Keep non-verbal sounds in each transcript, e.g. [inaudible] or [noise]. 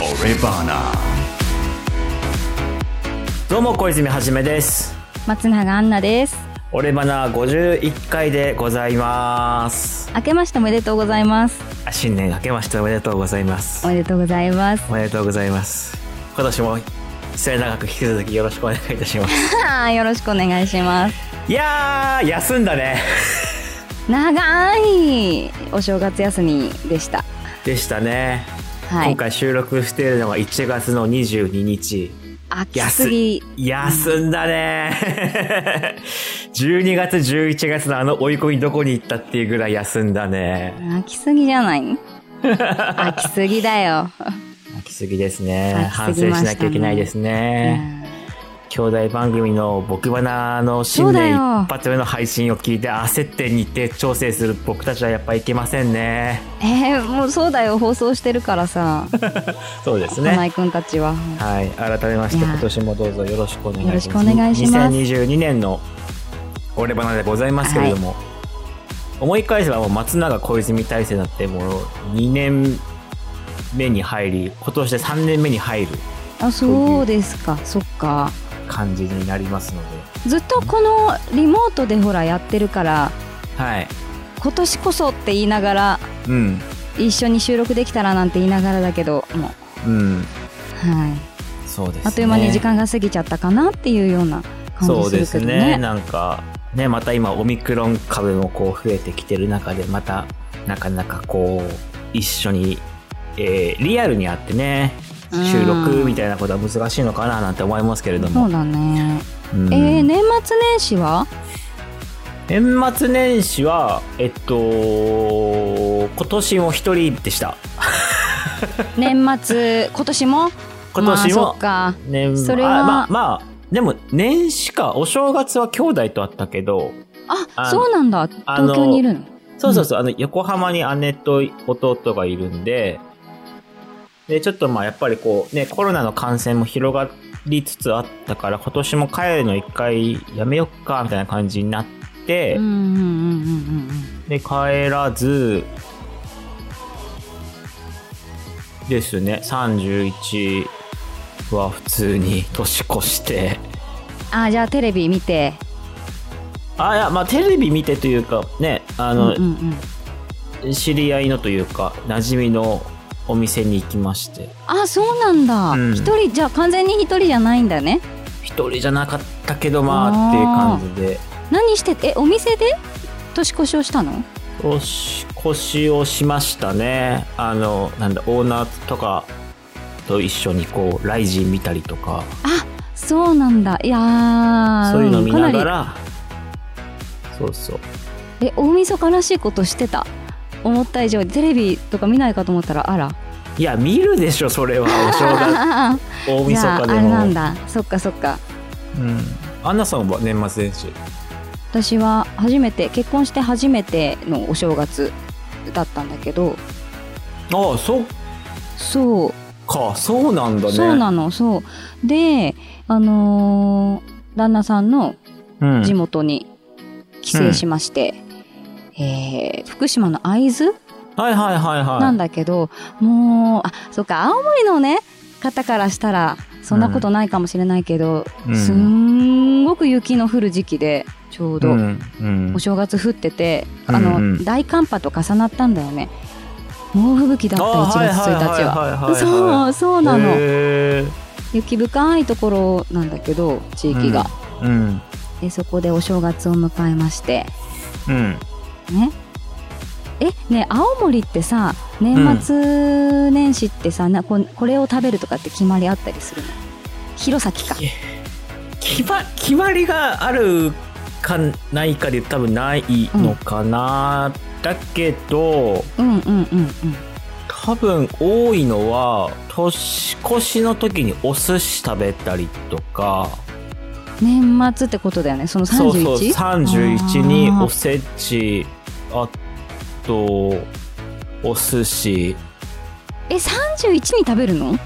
俺バナどうも小泉はじめです松永アンナです俺バナ51回でございます明けましておめでとうございますあ新年明けましておめでとうございますおめでとうございますおめでとうございます今年も末永く引き続きよろしくお願いいたします [laughs] よろしくお願いしますいやー休んだね長いお正月休みでしたでしたね、はい今回収録しているのが1月の22日飽きすぎ休んだね12月11月のあの追い込みどこに行ったっていうぐらい休んだね飽きすぎじゃない [laughs] 飽きすぎだよ、飽きすぎですね。飽反き省すぎしましたねなきゃいけないですうね。ん兄弟番組の僕バナの新年一発目の配信を聞いて焦って日程調整する僕たちはやっぱいけませんね。えー、もうそうだよ放送してるからさそうです花ね。井くんたちははい。改めましていや今年もどうぞよろしくお願いします。よろしくお願いします2022年の俺バナでございますけれども、思い返せばもう松永小泉体制になってもう2年目に入り、今年で3年目に入るあそうですかそっか感じになりますので、ずっとこのリモートでほらやってるからはい。今年こそって言いながらうん。一緒に収録できたらなんて言いながらだけどもううん、はいそうですね。あっという間に時間が過ぎちゃったかなっていうような感そうじですするけどね。ね。なんか、ね、また今オミクロン株もこう増えてきてる中で、また、なかなかこう、一緒に、えーリアルに会ってね、うん収録みたいなことは難しいのかななんて思いますけれどそも。うだね。うんえー、年末年始は年末年始は、えっと、今年も一人でした。年末 [laughs] 今年も今年まあ、もそっ、か。年それあはまあ、まあ、でも年始か、お正月は兄弟と会ったけど、ああそうなんだ。あの東京にいるの。そうそうそう、あの、横浜に姉と弟がいるんで、で、ちょっとまあやっぱりこうね、コロナの感染も広がりつつあったから、今年も帰るの一回やめよっか、みたいな感じになって、うんうんうんうんうんで、帰らず、ですね、31は普通に年越して、うん。あじゃあテレビ見て。あ、いや、まあテレビ見てというか、ね、あうんの、うんうん。知り合いのというか、馴染みのお店に行きまして、あそうなんだうん。一、人じゃあ完全に一人じゃないんだね。一人じゃなかったけどまあっていう感じで何しててえお店で年越しをしたの？年越しをしましたねあのなんだオーナーとかと一緒にこうライジン見たりとかそうなんだ。いやーそういうの見なうんかがりら、そうそうえ大晦日らしいことしてた思った以上にテレビとか見ないかと思ったらあらいや見るでしょそ [laughs] れはお正月あじ大晦ゃああ日でれもなんだそっかそっかうんアンナさんは年末年始私は初めて結婚して初めてのお正月だったんだけどああそっそかそうなんう、だねそうなのそうであのー旦那さんのうん地元に帰省しまして、えー福島の会津はいはいはいはいなんだけど、もうあそっか青森のね方からしたらそんなことないかもしれないけど、うんすんごく雪の降る時期でちょううどんうんお正月降ってて、うんあの、うん大寒波と重なったんだよね猛吹雪だった1月1日は。はそうそうなへのー雪深いところなんだけど地域が、うんでそこでお正月を迎えましてうんねえね青森ってさ年末年始ってさ、なここれを食べるとかって決まりあったりするの弘前か決ま決まりがあるかないかで多分ないのかな、だけどうんうんうんうん多分多いのは年越しの時にお寿司食べたりとか年末ってことだよねその 31? そうそう31にあーおせちあとお寿司え31に食べるの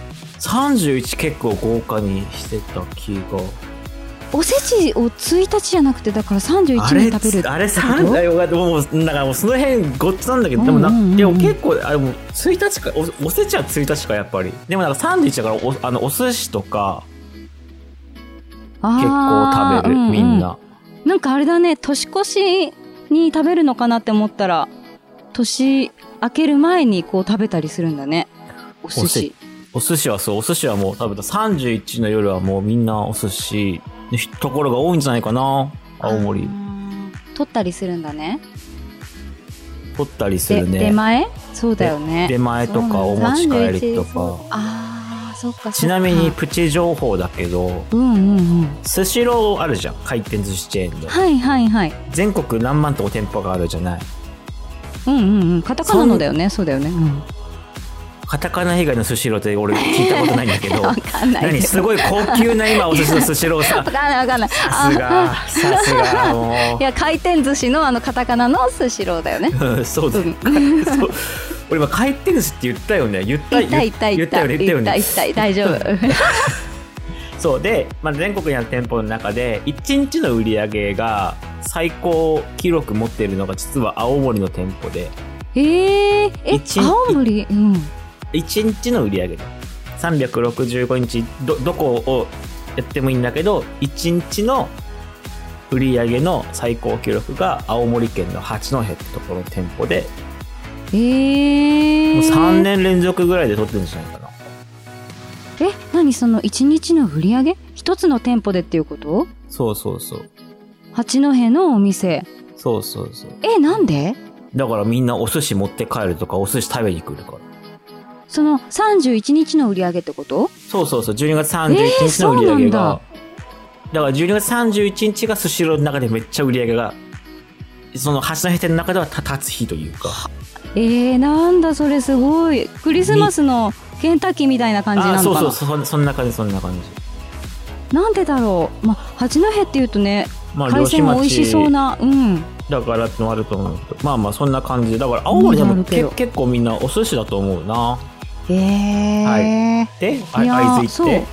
31結構豪華にしてた気がおせちを1日じゃなくてだから31あ日れ食べるってことあれ3だよもうだからもうその辺ごっつなんだけど、でうんうんうんもうなんでも結構あれも1日かおおせちは1日かやっぱりでもなんか31だからおあのお寿司とか結構あー食べる、ううみんななんかあれだね年越しに食べるのかなって思ったら年明ける前にこう食べたりするんだねお寿おせ司お寿司はそうお寿司はもう食べた31の夜はもうみんなお寿司のところが多いんじゃないかな青森あー取ったりするんだね取ったりすでるね出前そうだよね出前とかお持ち帰りとかああーそっかそっかちなみにプチ情報だけどうんうんうんスシローあるじゃん回転寿司チェーンのはいはいはい全国何万とも店舗があるじゃないうんうんうんカタカナのだよねそうだよねうんカタカナ以外のスシローって俺聞いたことないんだけ [laughs] どわかんない何けすどごい高級な今お寿司のスシローさ [laughs] わかんないわかんないさすがあさすがもいや回転寿司のあのカタカナのスシローだよねう [laughs] うんそうだ、うんそう俺今回転寿司って言ったよね言った痛い痛い痛い言ったよね言ったよね痛い痛い大丈夫そうで、まあ、全国にある店舗の中で1日の売り上げが最高記録持っているのが実は青森の店舗でえー、え一日青森うん1日の売り上げだ365日どどこをやってもいいんだけど1日の売り上げの最高記録が青森県の八戸ってところの店舗でえー、もう3年連続ぐらいで取ってるんじゃないかなえ何その一日の売り上げ一つの店舗でっていうことそうそうそう八戸のお店そうそうそうえなんでだからみんなお寿司持って帰るとかお寿司食べに来るからその31日の売り上げってことそうそうそう、12月31日の売り上げが、だから12月31日がスシローの中でめっちゃ売り上げが、その橋の店の中ではた立つ日というか、えー、なんだそれすごいクリスマスのケンタッキーみたいな感じあなそのうかそなうそう、そんそんな感じ、そんな感じ。なんでだろう、まあ、八戸っていうとねまあ、海漁師鮮も美味しそう町なうんだからってのもあると思うけど、まあまあそんな感じで、だから青森でうんなもるけけど結構みんなお寿司だと思うな。えーはで、あいやー会津そ行うって。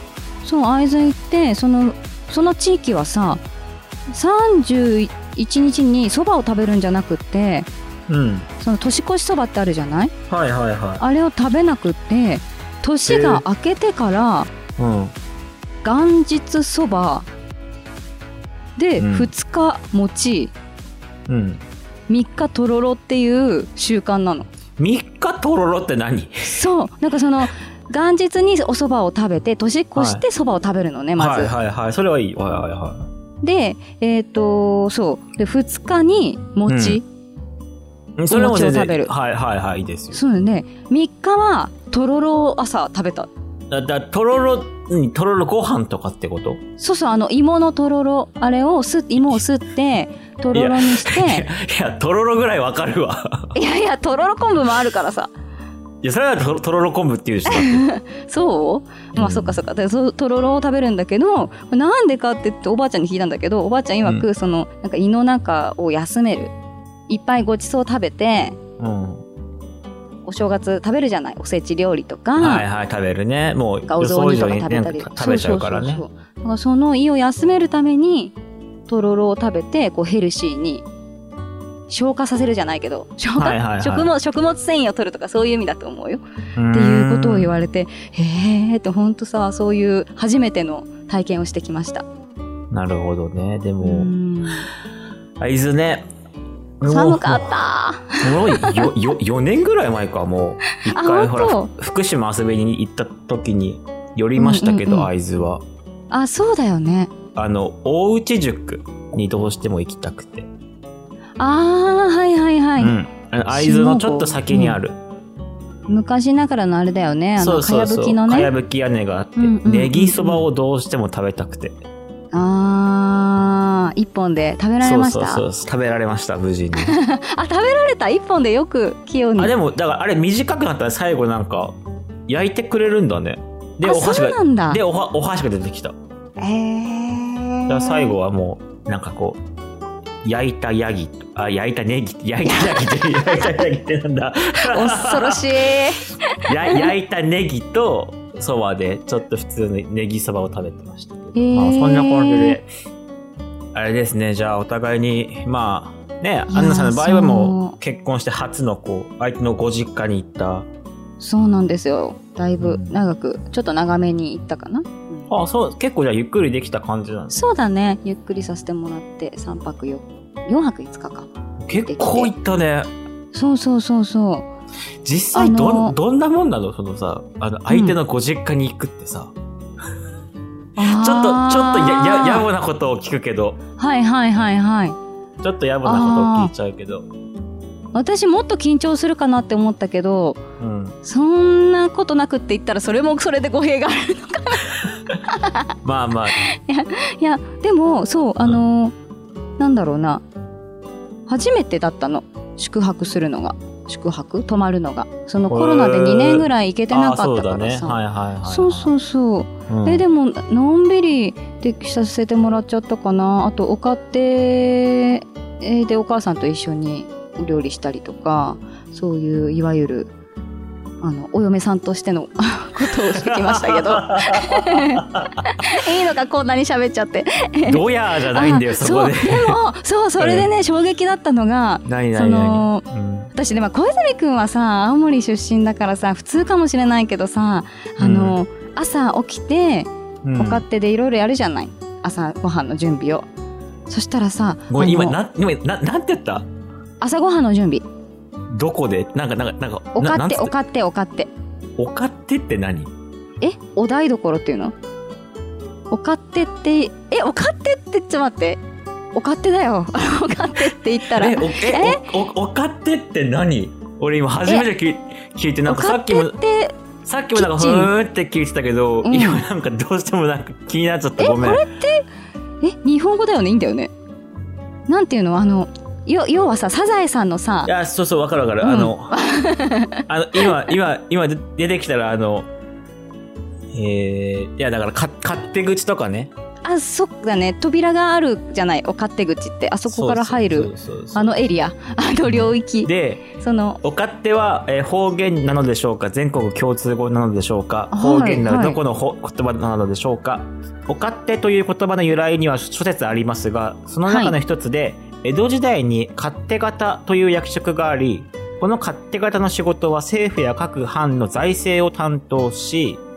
そう会津行ってそのその地域はさ31日にそばを食べるんじゃなくってうん。その年越しそばってあるじゃないはいはいはあれを食べなくって年が明けてからい。うん。元日そばでうん2日餅うん。 3日とろろっていう習慣な [laughs] の。 3日とろろって何そうなんかその元日にお蕎麦を食べて年越して蕎麦を食べるのね、まず。はいはいはい。それはいい。はいはいはで、えっ、と、そう。で、2日に餅。いうん。それも全然お餅を食べるはいはいはい。いいですよ。そうよね。3日は、とろろを朝食べた。だ、だ、とろろ、うん、とろろご飯とかってことそうそう、あの、芋のとろろ、あれをすっ、芋をすって、とろろにしいや、 [laughs] いて、や、とろろぐらいわかるわ。いやいや、とろろ昆布もあるからさ。いや、それはととろろ昆布っていうし、だってそうまあ、うんそっかそっか。で、そうとろろを食べるんだけど、これなんでかって言っておばあちゃんに聞いたんだけど、おばあちゃん曰く、うその、なんか胃の中を休める。いっぱいごちそう食べて、うん。お正月食べるじゃないおせち料理とか、はいはい、食べるね。もう、なんかお予雑想以煮と上かに食べたりね食べちゃうからね。そうそうそうそうだからその胃を休めるためにとろろを食べてこうヘルシーに消化させるじゃないけど消化、はいはいはい食物食物繊維を取るとかそういう意味だと思うよってていうことを言れわれてへえってほんとさそういう初めての体験をしてきましたなるほどね。でうも、んあ、いずね。寒かったもう、もうよ、よ、4年 [laughs] ぐらい前か、もう。一あ回、ほら本、福島遊びに行った時に寄りましたけうんうんど、うん会津は。あそうだよねあの、大内塾にどうしても行きたくて。あーはいはいはい、うん。あの会津のちょっと先にある。昔ながらのあれだよねあそのうかそうやそうぶきのかねやぶき屋根があって、うんうんうんうんネギそばをどうしても食べたくてあー一本で食べられましたそうそうそう食べられました無事にあ食べられた一本でよく器用にあでもだからあれ短くなったら最後なんか焼いてくれるんだねであお箸そうながんだでおはお箸が出てきただかへーら最後はもうなんかこう焼いたヤギとあ焼いたネギ [laughs] 焼いたヤギって焼いたヤギってなんだ恐ろしい [laughs] や焼いたネギとそばでちょっと普通のネギそばを食べてましたけど、へーまあ、そんな感じであれですね、じゃあお互いに、まあ、ね、アンナさんの場合はもう結婚して初のこう、相手のご実家に行った。そうなんですよだいぶうん長く、ちょっと長めに行ったかな、うんあそう、結構じゃあゆっくりできた感じなんですそうだねゆっくりさせてもらって3泊 4, 4泊5日か結構行ったね。そうそうそうそう実際どん、あのーどんなもんなのそのさ、あの、相手のご実家に行くってさ、ちょっと、ちょっとや、や、やぼなことを聞くけど、はいはいはいはいちょっとやぼなことを聞いちゃうけど、私もっと緊張するかなって思ったけどうん。そんなことなくって言ったらそれもそれで語弊があるまあまあ、 [laughs] いやでもそうあのーなんだろうな初めてだったの宿泊するのが宿泊泊まるのがそのコロナでへー2年ぐらい行けてなかああったそうかだらね。さ、はいはいはい、はい。そうそうそううん。えでものんびりでさせてもらっちゃったかなあとお家庭でお母さんと一緒にお料理したりとかそういういわゆるあのお嫁さんとしての [laughs] ことをしてきましたけどいいのかこんなに喋っちゃってドヤーじゃないんだよ、あそこで。 [laughs] そうでもそうそれでね衝撃だったのが何そ何何のうん私でも小泉君はさ青森出身だからさ普通かもしれないけどさあの、朝起きてうんお勝手でいろいろやるじゃない、朝ごはんの準備をそしたらさごめん、あの今、なん、今、ななんて言った朝ごはんの準備どこでなんか、なんか、なんか、おなな勝ん手つっお勝手お勝手おかってって何えお台所っていうのお勝手ってえお勝手ってちょっと待ってお勝手だよ [laughs] お勝手って言ったらえ、お、え、お、お、おかってって何俺今初めて聞い聞いて、なんおかさ勝っき手もっ、てさっきもなんか、ふキッチンーんって聞いてたけど、うん今なんかどうしてもなんか気になっちゃった。えごめん。こえ日本語だよねいいんだよねなんていうのあのよ要はさサザエさんのさいや、そうそう、わかるわかる。[laughs] あの、あの、今、今、今で出てきたら、あの、えー、いや、だから、か、勝手口とかね。あそっかね扉があるじゃないお勝手口ってあそこから入そうるそうそうそうあのエリアあの領域で、そのお勝手は、えー方言なのでしょうか全国共通語なのでしょうかはい方言ならはいどこのほ、言葉なのでしょうかお勝手という言葉の由来には諸説ありますが、その中の一つで、江戸時代に勝手方という役職があり、この勝手方の仕事は政府や各藩の財政を担当し、うん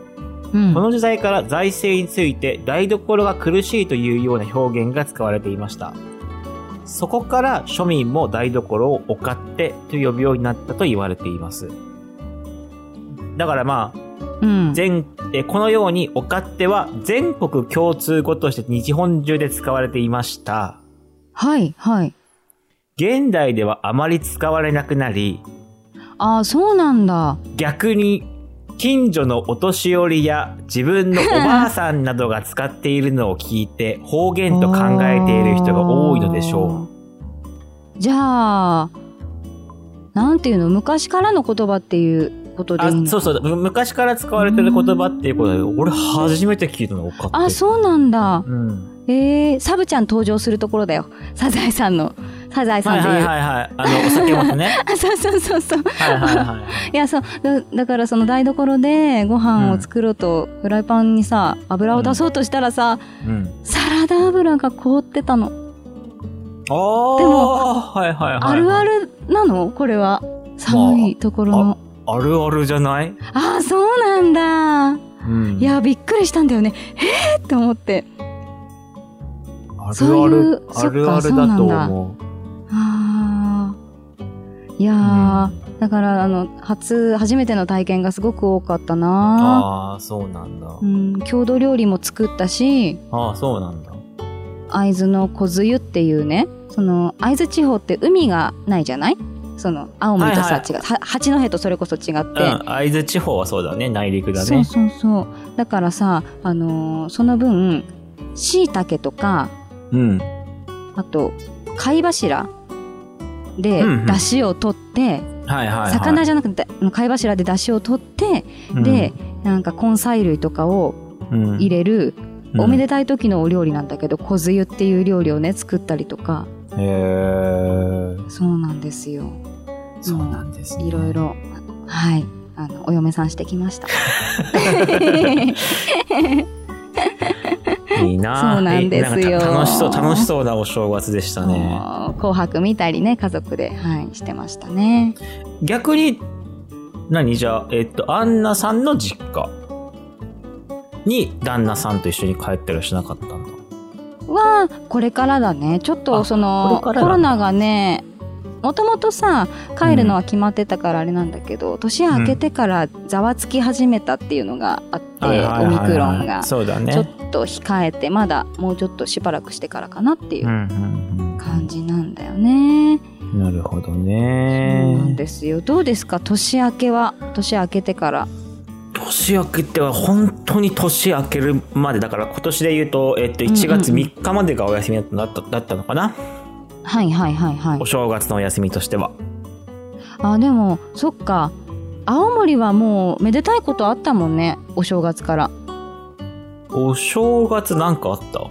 [laughs] この時代から財政について台所が苦しいというような表現が使われていました。そこから庶民も台所をお勝手と呼ぶようになったと言われています。だからまあ、うん全、えこのようにお勝手は全国共通語として日本中で使われていました。はいはい。現代ではあまり使われなくなり、ああそうなんだ。逆に近所のお年寄りや自分のおばあさんなどが使っているのを聞いて方言と考えている人が多いのでしょう。じゃあなんていうの昔からの言葉っていうことう。でいいあのそうそうむ昔から使われてる言葉っていうことで俺初めて聞いたのおかって。あそうなんだ。うん。えー、サブちゃん登場するところだよ。 [laughs] サザエさんのサザエさはんいという。はいはいはい。あのお酒もね。 [laughs] あそうそうそうそう。はいはいはい。いやそうだだからその台所でご飯を作ろうと、フライパンにさ油を出そうとしたらさ、うん。サラダ油が凍ってたの。ああ。でもはいはいはい。あるあ。るなのこれは寒いところの。あるあるじゃない？ああそうなんだうん。いやびっくりしたんだよねえー、って思ってあるそあういるうあるあそるっかだと思う。あーいやー、だからあの初初めての体験がすごく多かったなああそうなんだ。うん、郷土料理も作ったしああそうなんだ。会津の小津湯っていうねその会津地方って海がないじゃないその青森とはいさ、は違うは八戸とそれこそ違って、うん、会津地方はそうだね内陸だそうねそうそうだからさ、あのーその分しいたけとかうんあと貝柱でうんうん出汁を取って、はいはい、はい、魚じゃなくてだ貝柱で出汁を取って、で、なんか根菜類とかをうん入れる、うんおめでたい時のお料理なんだけど小つゆっていう料理をね作ったりとかへえそうなんですよそうなんですねいろいろはいあのお [laughs] 嫁さんしてきましたいいいなそうなんですよえなんか楽しそう楽しそうなお正月でしたねもう紅白見たりね、家族で、はい、してましたね。逆に何じゃあえっとアンナさんの実家に旦那さんと一緒に帰ったりはしなかったんだは、これからだね。ちょっと、あその、こコれからなんだロナがね、もともとさ、帰るのは決まってたからあれなんだけど、年明けてからざわつき始めたっていうのがあって、はいはいはいオはいミクロンが。そうだねちょっと控えて、まだもうちょっとしばらくしてからかなっていううんうんうん感じなんだよね。なるほどそうなんねですよ。どうですか年明けは、年明けてから。年明けっては本当に年明けるまでだから今年で言うと、えっと、んうん1月3日までがお休みだっただっただったのかな、はいはいはいはいお。正月のお休みとしてはあ、でも、そっか。青森はもう、めでたいことあったもんね。お正月から。お正月なんかあった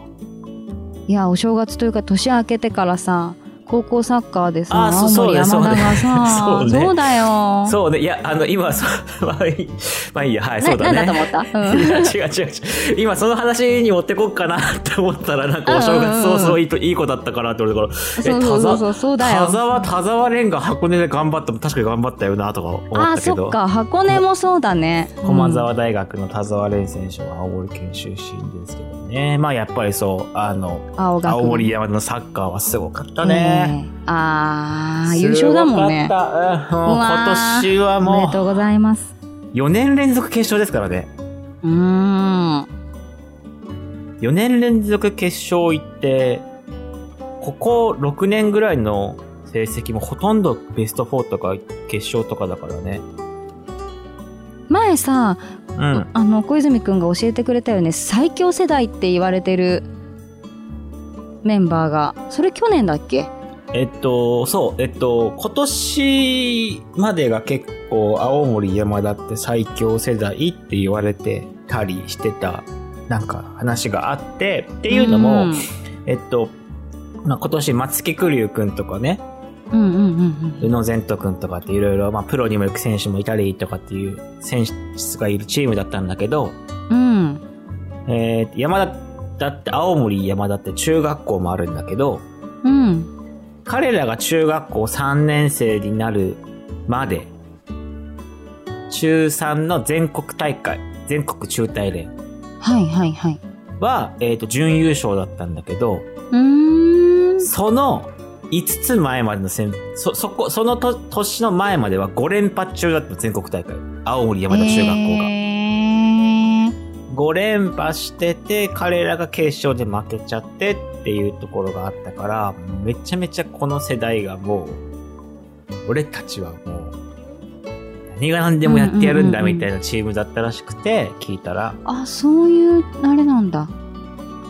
いや、お正月というか、年明けてからさ、高校サッカーでさ、あそ青うそう森ね山田がそさ、うねそうねそうだよ。そうね、いや、あの、今、そう [laughs] まあいい、まあいいや、はい、そうだななんだね。と思った、ういんや [laughs] 違う違う違う今その話に持ってこっかなって思ったらなんかお正うんうんう月んそうそういいといい子だったかなって俺だからそうそうそうそう、そうだよ田。沢田沢蓮が箱根で頑張っても確かに頑張ったよなとか思あったけそどっか箱根もそうだね、うん駒沢大学の田沢蓮選手は青森県出身ですけどねまあやっぱりそうあの青学青森山田のサッカーはすごかったね、ええあー優勝だもんねすごかったうんもううわー今年はおめもでうとうございます4年連続決勝ですからねうーん4年連続決勝行って、ここ6年ぐらいの成績もほとんどベスト4とか決勝とかだからね。前さ、うん。あの小泉くんが教えてくれたよね最強世代って言われてるメンバーがそれ去年だっけえっと、そう、えっと、今年までが結構青森山田って最強世代って言われてたりしてた、なんか話があって、っていうのうも、んえっと、まあ、今年松木玖生くんとかね、うんうんうん宇野善斗君とかっていろいろ、まあ、プロにも行く選手もいたりとかっていう選手がいるチームだったんだけど、うんうんえー山田だって、青森山田って中学校もあるんだけど、うん彼らが中学校3年生になるまで、中3の全国大会、全国中大連はいはいはいは、えっ、と、準優勝だったんだけど、うーんその5つ前までの先、そ、そこ、そのと年の前までは5連覇中だった全国大会。青森山田中学校が。へー5連覇してて、彼らが決勝で負けちゃってっていうところがあったから、めちゃめちゃこの世代がもう、俺たちはもう、何が何でもやってやるんだうんうんうんうんみたいなチームだったらしくて、聞いたら。あそういうあれなんだ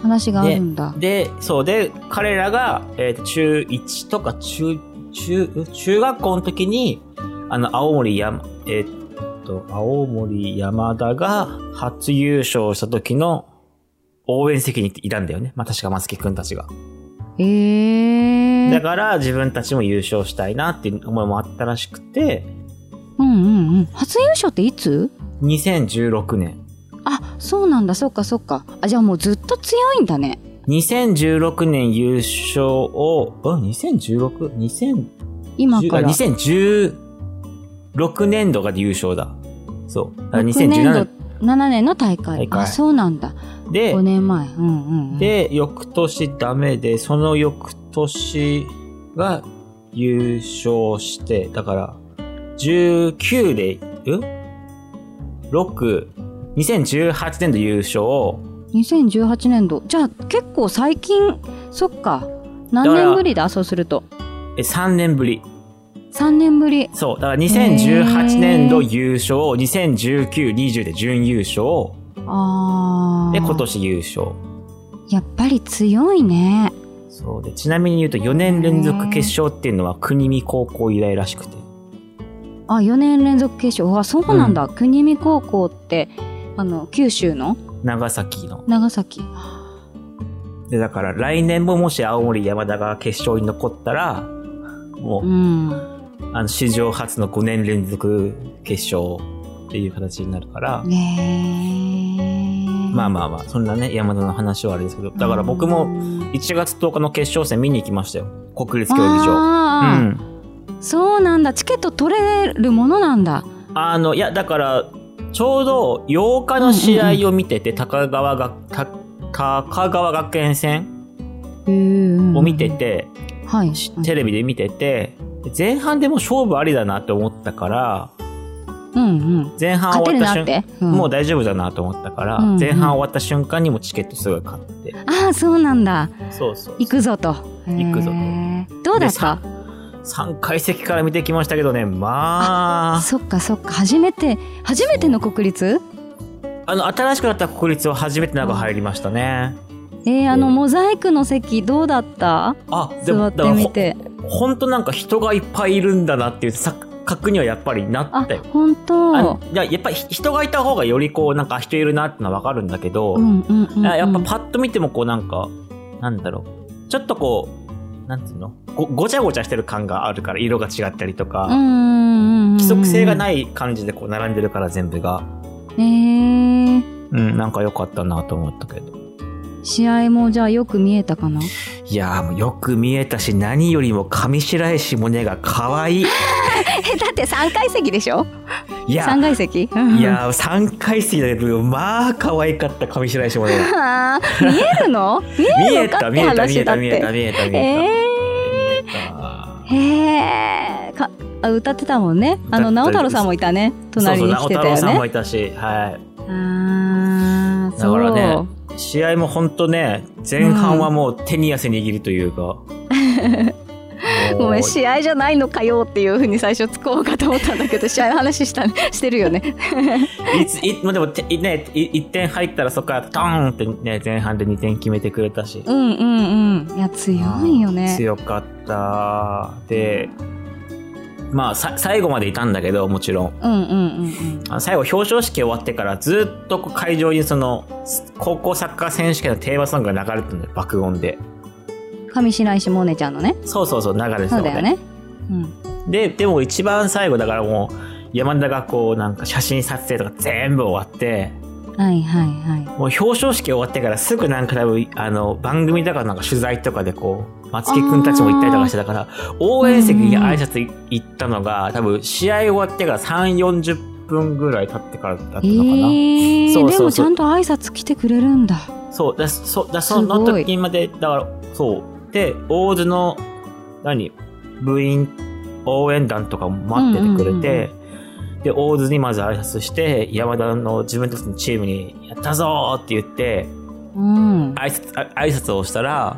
話があるんだで、そうで、彼らが、えーと中1とか中、中、中学校の時に、あの、青森山、えーっと、青森山田が初優勝した時の応援席にいたんだよね。まあ、確か松木くんたちが。えー、だから自分たちも優勝したいなっていう思いもあったらしくて、うんうんうん初優勝っていつ2016年。あそうなんだそっかそっかあじゃあもうずっと強いんだね2016年優勝を、うん、2016?2016 2000今から2016年度が優勝だ。そう。だから6年度2017 7年の大会大会あそうなんだで5、年前うんうんうんで、翌年ダメで、その翌年が優勝して、だから、19で、うん ?6、2018年度優勝を、 2018年度じゃあ結構最近そっか何だから年ぶりだそうするとえ3年ぶり。 3年ぶりそう。だから2018年度優勝、2019、20で準優勝、あーで、今年優勝。やっぱり強いねそうで、ちなみに言うと4年連続決勝っていうのは国見高校以来らしくて。あ4年連続決勝うわそうなんだ、国見高校ってあの九州の長崎の。長崎で、だから来年ももし青森山田が決勝に残ったら、もうう、んあの、史上初の5年連続決勝っていう形になるから、ねえまあまあまあ、そんなね、山田の話はあれですけど、だから僕も1月10日の決勝戦見に行きましたよ。国立競技場。う場ん。そうなんだチケット取れるものなんだあの、いや、だから、ちょうど8日の試合を見てて、高川が、た高川学園戦をを見てて、はいしテレビで見てて、前半でもう勝負ありだなって思ったから、うんうん前半勝て終るわっなたって瞬、うんもう大丈夫だなと思ったから、うんうん前半終わった瞬間にもうチケットすごい買って。ああそうなんだそうそう。行くぞと行くぞとへーどうだっでたさ3階席から見てきましたけどね、まあ、そっかそっか初めて初めての国立あの、新しくなった国立は初めて中入りましたね。えー、あのうんモザイクの席どうだったあ、で座も、ってだからみほ、てほんとなんか人がいっぱいいるんだなっていう錯覚にはやっぱりなあったよ。本あ当いややっぱり人がいた方がよりこう、なんか人いるなってのはわかるんだけど、うんうんうんうんやっぱパッと見てもこうなんか、なんだろう。ちょっとこう、なんていうのごごちゃごちゃしてる感があるから、色が違ったりとうんうか、んうんうん規則性がないい感じでこう並んでるから全部が。えー、うん、なんか良かったなと思ったけど。試合もじゃあよく見えたかないやーもうよく見えたし、何よりも上白石萌音が可愛い。えだって3階席でしょいや、 3階席いいやー、3回席だけど、まあ可愛かった上白石萌音が。 [laughs] あー見えるの見 [laughs] 見ええるのかた、っ見てえた、話見えだた、って見えた、見えた、え見えた。見えたー、へえかあ歌ってたもんねあの直太朗さんもいたね隣に来てたそうそう直太朗よさんもねいたし、はい。あーだそからう、ね試合も本当ね前半はもう手に汗握る [laughs] というか、ごめん合試合じゃないのかよっていうふうに最初突っ込むかと思ったんだけ [laughs] ど試合の話したしてるよねいついまあでもていねい1点入ったらそこからドーンってね前半で2点決めてくれたしうんうんうんいや強いよね強かったでまあさ最後までいたんだけどもちろんうんうんうんあ最後表彰式終わってからずっとこう会場にその高校サッカー選手権のテーマソングが流れてるんだよ爆音でうん上白石萌音ちゃんのねそうそうそう流れてたそのうだよねうんで、でも一番最後だからもう、山田がこうなんか写真撮影とか全部終わって、はいはいはいもう表彰式終わってからすぐなんか多分、あの、番組とかなんか取材とかでこう、松木くんたちも行ったりとかしてたから、応援席に挨拶い行ったのが、多分試合終わってから3、40分ぐらい経ってからだったのかな。えー、そうでそもうちそうゃんと挨拶来てくれるんだそう、だ、そ、だ、そすごのい時まで、だから、そう。で、大津の、何、部員、応援団とかも待っててくれて、で、大津にまず挨拶して、山田の自分たちのチームに、やったぞーって言って、うん挨拶、あ挨拶をしたら、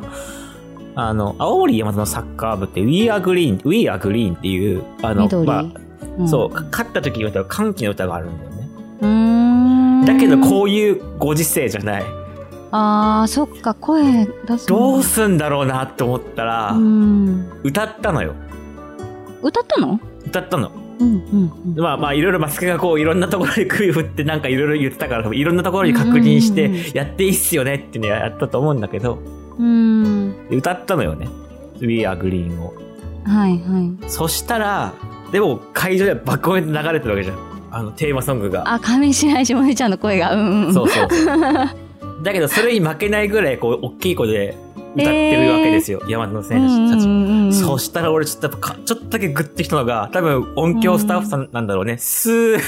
あの、青森山田のサッカー部って、We are Green、We are Green っていう、あの、緑、あ、んそう、か勝った時に歌う歓喜の歌があるんだよね。うーんだけど、こういうご時世じゃない。あーそっか声出すどうすすんだろうなって思ったら、うん歌ったのよ歌ったの歌ったのうんうんうんまあまあいろいろマスケがこういろんなところで首振ってなんかいろいろ言ってたからいろんなところに確認しうんうんうんてやっていいっすよねっていうのやったと思うんだけどうん歌ったのよね「We are Green」をはいはいそしたらでも会場では爆音で流れてるわけじゃんあのテーマソングがあ上白石萌音ちゃんの声がうんうんそうそうそうだけどそれに負けないぐらいこう大きい声で歌ってるわけですよ、山田選手たちそそしたら俺ちょっとやっぱかちょっとだけグッてきたのが、多分音響スタッフさんなんだろうね。スーっ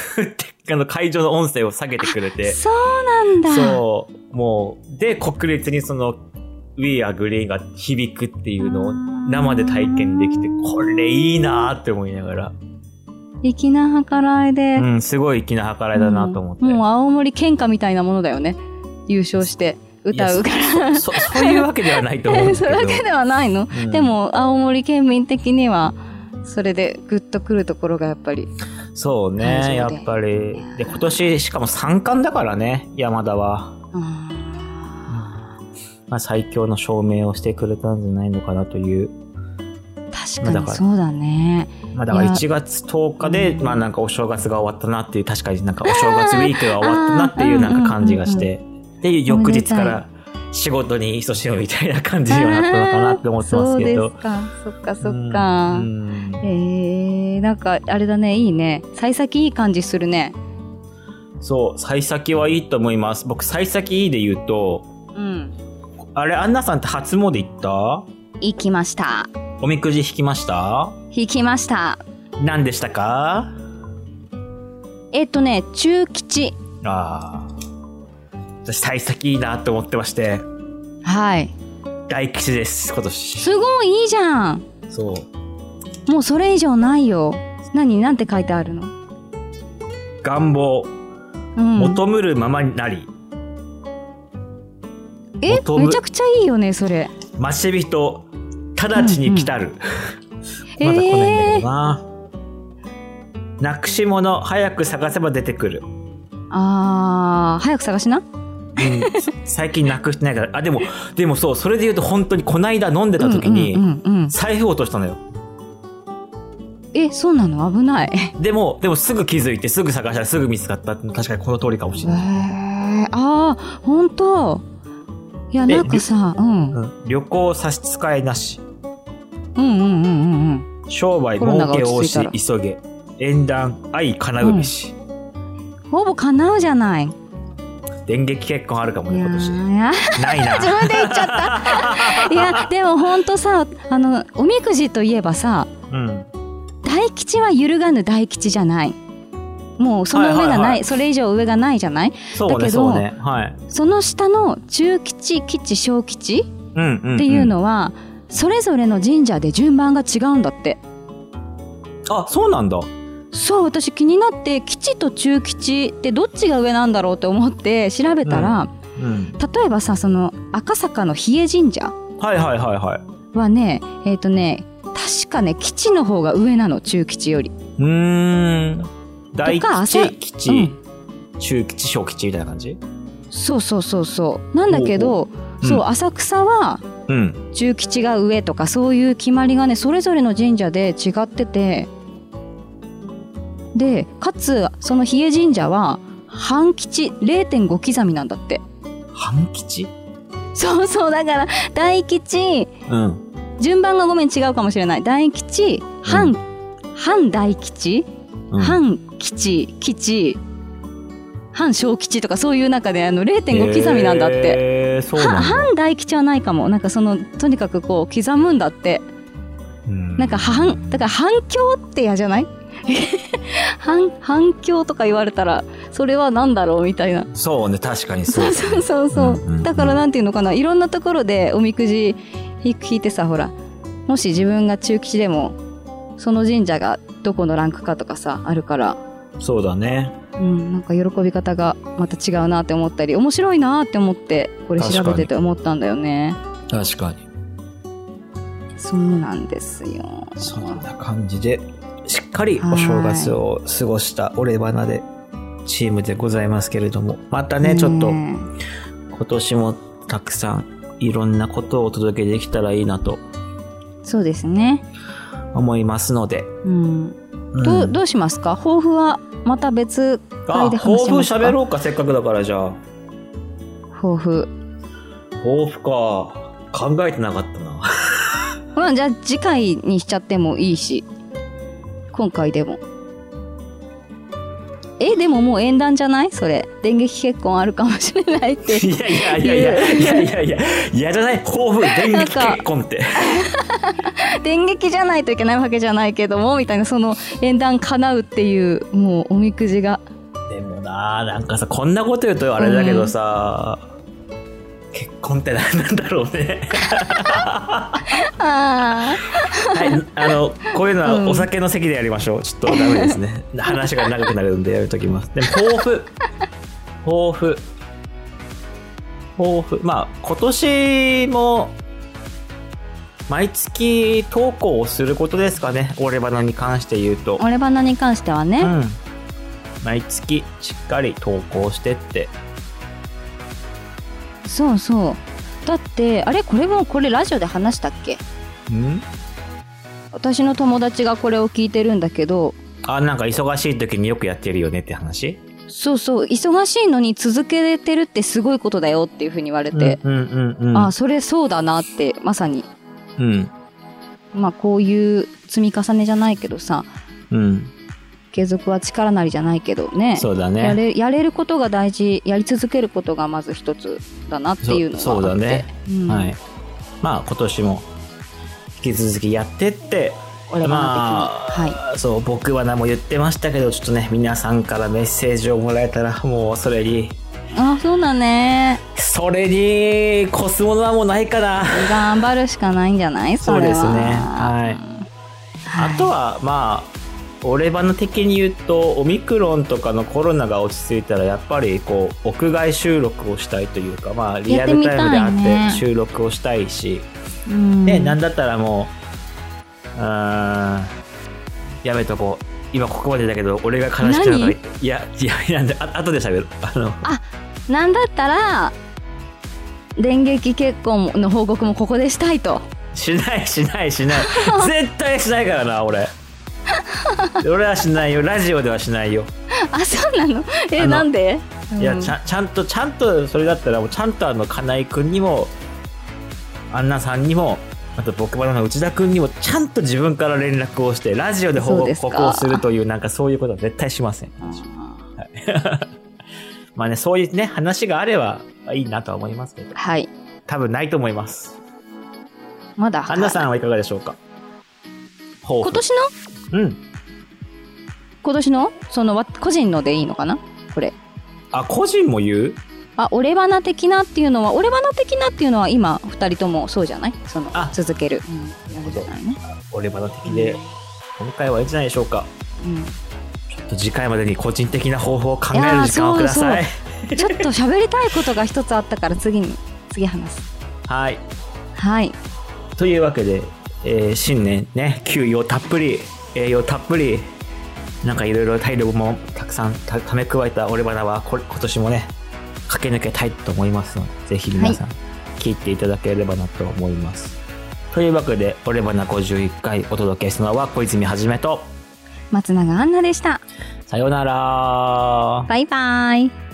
てあの会場の音声を下げてくれて。そうなんだそう。もう、で、国立にその、We are Green が響くっていうのを生で体験できて、これいいなーって思いながら。粋な計らいで、うん、すごい粋な計らいだなと思って。もう青森喧嘩みたいなものだよね優勝して歌うからそ、そういうわけではないと思うんで [laughs] すそうけいうど。わけではないの、う [laughs] んでも青森県民的にはそれでグッとくるところがやっぱりそう会場でね、やっぱり。で、今年しかも3冠だからね、山田は。あまあ、最強の証明をしてくれたんじゃないのかなという、ーま確かあだにからそうだねまあ、だかいらや1月10日で、うんまあなんかお正月が終わったなっていう確かになんかお [laughs] 正月ウィークが終わったなっていあうーなんか感じがしてで翌日かおめでら仕事に勤しむみたいな感じにはなったのかなって思ってますけどそうですかそっかそっか、うんうんえー、なんかあれだねいいね幸先いい感じするねそう、幸先はいいと思います。僕、幸先いいで言うと、うん。あれ、アンナさんって初詣行った行きました。おみくじ引きました引きました。何でしたかえっとね、中吉。ああ。私、幸先いいなと思ってまして、はい。大吉です、今年。すごいいいじゃん。そう。もうそれ以上ないよ。何なんて書いてあるの？願望、うん。求むるままになり、え求むめちゃくちゃいいよねそれ。待ち人、直ちに来たる。うんまだ来ないんだけどな。なくし物、早く探せば出てくる。あー早く探しな。うん、最近なくしてないから。あ、でも、でもそう、それで言うと本当にこないだ飲んでた時に、うんうんうんうん、財布落としたのよ。えそうなの危ない。でも、でもすぐ気づいて、すぐ探したらすぐ見つかったって確かにこの通りかもしへれない。ーあー本当。いやえなんかさ、うん、ううんん、旅行差し支えなし。うんうんうんうん。商売コロナが儲け落ちを着いたしら急げ。縁談愛叶うべし。ほぼ叶うじゃない。電撃結婚あるかもいね、や今年。ーない自な。分で言っちゃ [laughs] った。いやでも本当さあのおみくじといえばさうん。大吉は揺るがぬ大吉じゃない。もうその上がない,、はいはいはいそれ以上上がないじゃないそうだね、けどそうね。はい。その下の中吉吉小吉うんうん、うん。っていう。のは、それぞれの神社で順番が違うんだってあ、そうなんだ。そう私気になって吉と中吉ってどっちが上なんだろうって思って調べたら、うん。例えばさその赤坂の日枝神社はいはいはいはい。はねえっ、とね確かね吉の方が上なの中吉より。うーん。大とか朝吉、吉、うん中吉、小吉みたいな感じそうそうそうそうなんだけどうそううん浅草はうん。中吉が上とかそういう決まりがねそれぞれの神社で違っててでかつその比叡神社は半吉0.5刻みなんだって [laughs] 半吉そうそうだから大吉うん。順番がごめん違うかもしれない大吉半、半大吉、うん、半吉吉半小吉とかそういう中であの0.5刻みなんだって。へーそうはなんだ。半大吉はないかもなんかそのとにかくこう刻むんだってなんか反だから反響って嫌じゃない [laughs] 反反響とか言われたらそれは何だろうみたいな。そうね、確かにそそうう。そう [laughs] そうそう。うんうんうんだからなんていうのかないろんなところでおみくじ引引いてさほらもし自分が中吉でもその神社がどこのランクかとかさあるから、そうだね。うん、なんか喜び方がまた違うなって思ったり面白いなって思ってこれ調べてて思ったんだよね。確かに。そうなんですよ。そんな感じで、しっかりお正月を過ごした俺花で、チームでございますけれども、またね、ちょっと、ね今年もたくさん、いろんなことをお届けできたらいいなとえそうですね。思いますので。うん。うんどうどうしますか抱負はまた別あ、会で抱話し負ますか喋ろうか、せっかくだからじゃあ。抱負抱負か。考えてなかったな。まあじゃあ次回にしちゃってもいいし今回でもえでももう縁談じゃないそれ電撃結婚あるかもしれないって [laughs] いやいやいやいや、いやいやいや、嫌じゃない抱負、電なん撃か結婚って。電撃じゃないといけないわけじゃないけどもみたいなその縁談叶うっていうもうおみくじがでもな、なんかさ、こんなこと言うとあれだけどさ、結婚って何なんだろう [laughs] ね。あはい、あの、こういうのうんはお酒の席でやりましょう。ちょっとダメで [laughs] すね。話が長くなるんでやめときます。でも、抱負。抱負。抱負。まあ、今年も、毎月投稿をすることですかね。俺バナに関して言うと。あ俺バナに関してはね、うん、毎月しっかり投稿してってそうそうだってあれこれもこれラジオで話したっけうん私の友達がこれを聞いてるんだけどあなんか忙しい時によくやってるよねって話そうそう忙しいのに続けてるってすごいことだよっていうふうに言われて、うんうんうんうんああそれそうだなってまさにうんまあこういう積み重ねじゃないけどさうん継続は力なりじゃないけどねそうだねやれやれることが大事やり続けることがまず一つだなっていうのはそそうだね、うんはいまあ今年も引き続きやってって俺は的に、はいあそう僕は何も言ってましたけどちょっとね皆さんからメッセージをもらえたらもうそれにあそうだねそれに越すものはもうないかな頑張るしかないんじゃないそれはそうですねはいあとはまあ俺花的に言うとオミクロンとかのコロナが落ち着いたらやっぱりこう屋外収録をしたいというかまあリアルタイムでやってみたいあねって収録をしたいしうんでなんだったらもううーんやめとこう今ここまでだけど俺が悲しくなるから何いやいやいやなんであ後で喋るあのなんだったら電撃結婚の報告もここでしたいと [laughs] しないしないしない絶対しないからな俺俺はしないよラジオではしないよあそうなのえあのなんでいやうんちゃんちゃんとちゃんとそれだったらもうちゃんとあの金井君にもアンナさんにもあと僕らの内田君にもちゃんと自分から連絡をしてラジオで報そう告ですか報告をするというなんかそういうことは絶対しませんうんまあねそういうね話があればいいなとは思いますけどはい多分ないと思いますまだアンナさんはいかがでしょうか抱負今年のうん今年のそのわ個人のでいいのかなこれあ個人も言うあ俺花的なっていうのは俺花的なっていうのは今二人ともそうじゃないそのあ続ける、うん、やるじゃないね、俺バナ的で今回はいいんじゃないでしょうかうん、ちょっと次回までに個人的な方法を考えるいやー時間をくださいちょっと喋りたいことが一つあったから次に次話すはいはいというわけで、えー新年ね給養たっぷり栄養たっぷりなんかいろいろ体力もたくさんたため加えた俺バナはこ今年もね駆け抜けたいと思いますのでぜひ皆さん聞いていただければなと思います、というわけで俺バナ51回お届けしたのは小泉はじめと松永アンナでしたさようならバイバイ